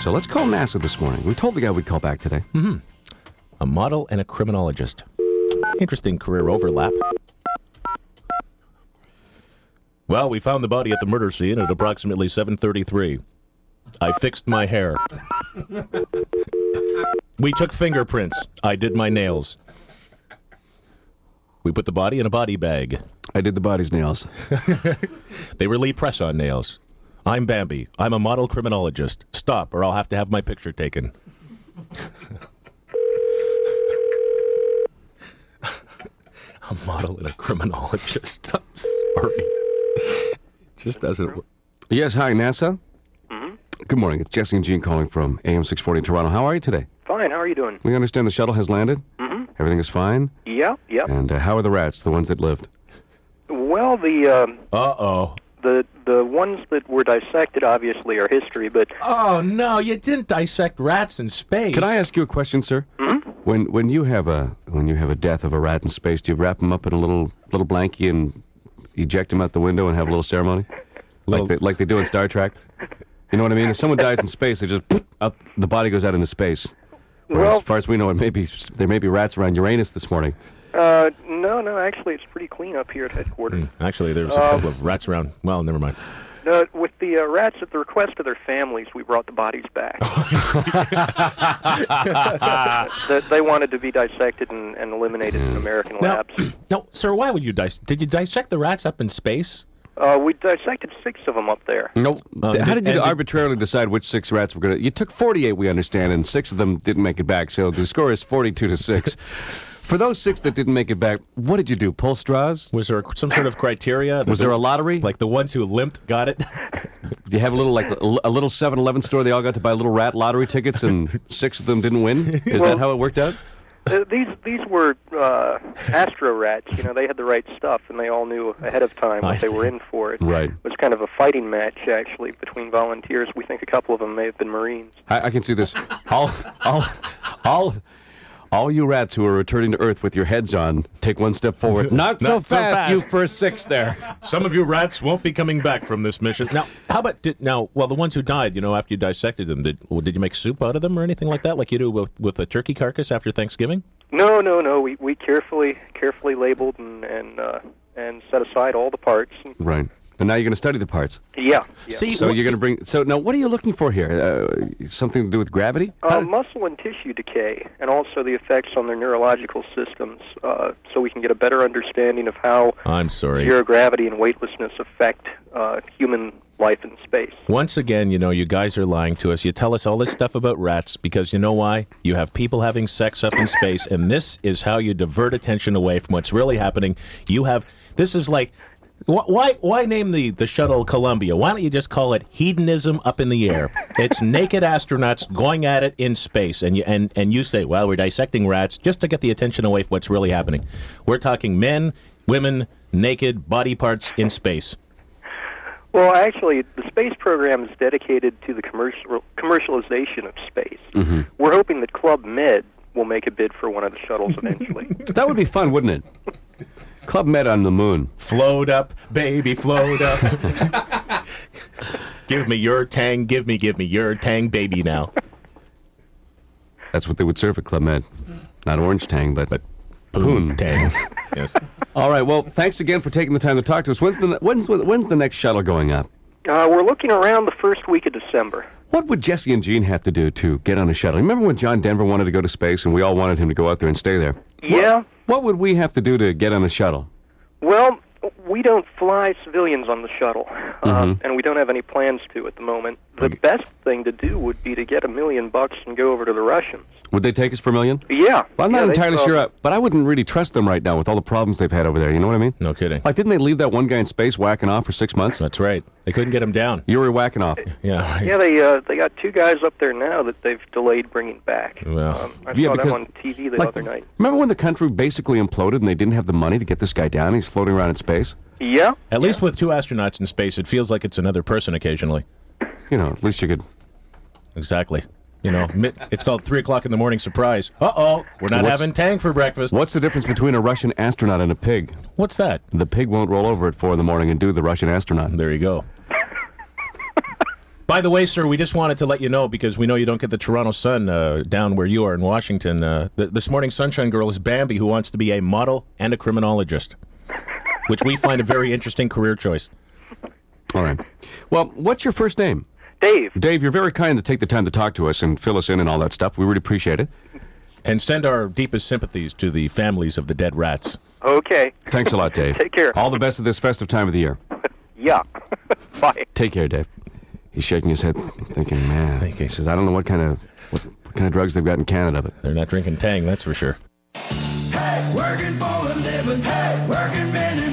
So let's call NASA this morning. We told the guy we'd call back today. A model and a criminologist. Interesting career overlap. Well, we found the body at the murder scene at approximately 7:33. I fixed my hair. we took fingerprints. I did my nails. We put the body in a body bag. I did the body's nails. They were Lee Press on nails. I'm Bambi. I'm a model criminologist. Stop, or I'll have to have my picture taken. a model and a criminologist. I'm sorry. Just doesn't work. Yes, hi, NASA. Good morning. It's Jesse and Gene calling from AM 640 in Toronto. How are you today? Fine. How are you doing? We understand the shuttle has landed. Mm-hmm. Everything is fine. Yeah, yeah. And uh, how are the rats, the ones that lived? Well, the um, Uh oh. the the ones that were dissected obviously are history, but Oh no, you didn't dissect rats in space. Can I ask you a question, sir? Mm-hmm. When when you have a when you have a death of a rat in space, do you wrap him up in a little little blankie and eject him out the window and have a little ceremony, Little- like they, like they do in Star Trek? You know what I mean? If someone dies in space, they just up the body goes out into space. Whereas, Well- as far as we know, it may be there may be rats around Uranus this morning. uh, no, no. Actually, it's pretty clean up here at Hmm. headquarters. Actually, there was a couple of rats around. Well, never mind. Uh, with the uh, rats, at the request of their families, we brought the bodies back. That they wanted to be dissected and, and eliminated in American Hmm. Now, labs. now, sir, why would you dissect? Did you dissect the rats up in space? Uh, we dissected six of them up there. Nope. Uh, How did- did you and- arbitrarily decide which six rats were going to? You took 48, we understand, and six of them didn't make it back. So the score is 42 to six. For those six that didn't make it back, what did you do? Pull straws? Was there some sort of criteria? Was there a lottery? Like the ones who limped got it. Do you have a little like a a little 7-Eleven store? They all got to buy little rat lottery tickets, and six of them didn't win. Is that how it worked out? Uh, these these were uh, astro rats. You know, they had the right stuff, and they all knew ahead of time what I see. they were in for. It Right. was kind of a fighting match actually between volunteers. We think a couple of them may have been Marines. I, I can see this. All, all, all, all you rats who are returning to Earth with your heads on, take one step forward. Not, so, Not so fast, fast. you first six there. some of you rats won't be coming back from this mission. Now, how about did, now? Well, the ones who died, you know, after you dissected them, did well, did you make soup out of them or anything like that, like you do with with a turkey carcass after Thanksgiving? No, no, no. We we carefully carefully labeled and and uh, and set aside all the parts. And, Right. And now you're going to study the parts. yeah. yeah. See, So what- you're going to bring. So now, what are you looking for here? Uh, something to do with gravity? uh, muscle and tissue decay, and also the effects on their neurological systems, uh, so we can get a better understanding of how I'm sorry. zero gravity and weightlessness affect uh, human life in space. Once again, you know, you guys are lying to us. You tell us all this stuff about rats because you know why? You have people having sex up in space, and this is how you divert attention away from what's really happening. You have this is like. wh- Why? Why name the, the shuttle Columbia? Why don't you just call it hedonism up in the air? It's naked astronauts going at it in space, and you and, and you say, well, we're dissecting rats just to get the attention away from what's really happening. We're talking men, women, naked body parts in space. Well, actually, the space program is dedicated to the commercial commercialization of space. Mm-hmm. We're hoping that Club Med will make a bid for one of the shuttles eventually. That would be fun, wouldn't it? Club Med on the moon. Float up, baby, float up. give me your tang, give me, give me your tang, baby now. That's what they would serve at Club Med. Not orange tang, but. But boom, tang. yes. All right. Well, thanks again for taking the time to talk to us. When's the when's when's the next shuttle going up? uh, we're looking around the first week of December. What would Jesse and Gene have to do to get on a shuttle? Remember when John Denver wanted to go to space and we all wanted him to go out there and stay there? Yeah. What would we have to do to get on a shuttle? Well, we don't fly civilians on the shuttle, uh, Mm-hmm. and we don't have any plans to at the moment. The best thing to do would be to get a million bucks and go over to the Russians. Would they take us for a million? Yeah. Well, I'm Yeah, not they entirely saw- sure, uh, but I wouldn't really trust them right now with all the problems they've had over there. You know what I mean? No kidding. Like, didn't they leave that one guy in space whacking off for six months? That's right. They couldn't get him down. You were whacking off. Yeah. Yeah, they uh, they got two guys up there now that they've delayed bringing back. Well. um, I Oh. Yeah, saw because- them on TV the Like, other night. remember when the country basically imploded and they didn't have the money to get this guy down? He's floating around in space. Yeah, At least with two astronauts in space, it feels like it's another person occasionally. You know, at least you could. Exactly. You know, mi- it's called three o'clock in the morning surprise. Uh oh, we're not What's- having tang for breakfast. What's the difference between a Russian astronaut and a pig? What's that? The pig won't roll over at four in the morning and do the Russian astronaut. There you go. By the way, sir, we just wanted to let you know because we know you don't get the Toronto sun uh, down where you are in Washington. Uh, th- this morning, Sunshine Girl is Bambi, who wants to be a model and a criminologist, which we find a very interesting career choice. All right. Well, what's your first name? Dave, Dave, you're very kind to take the time to talk to us and fill us in and all that stuff. We really appreciate it. And send our deepest sympathies to the families of the dead rats. okay. Thanks a lot, Dave. Take care. All the best at this festive time of the year. Yeah. Bye. Take care, Dave. He's shaking his head, thinking, man. He says, I don't know what kind of what, what kind of drugs they've got in Canada, but They're not drinking Tang, that's for sure. Hey, working for a living. Hey, working men and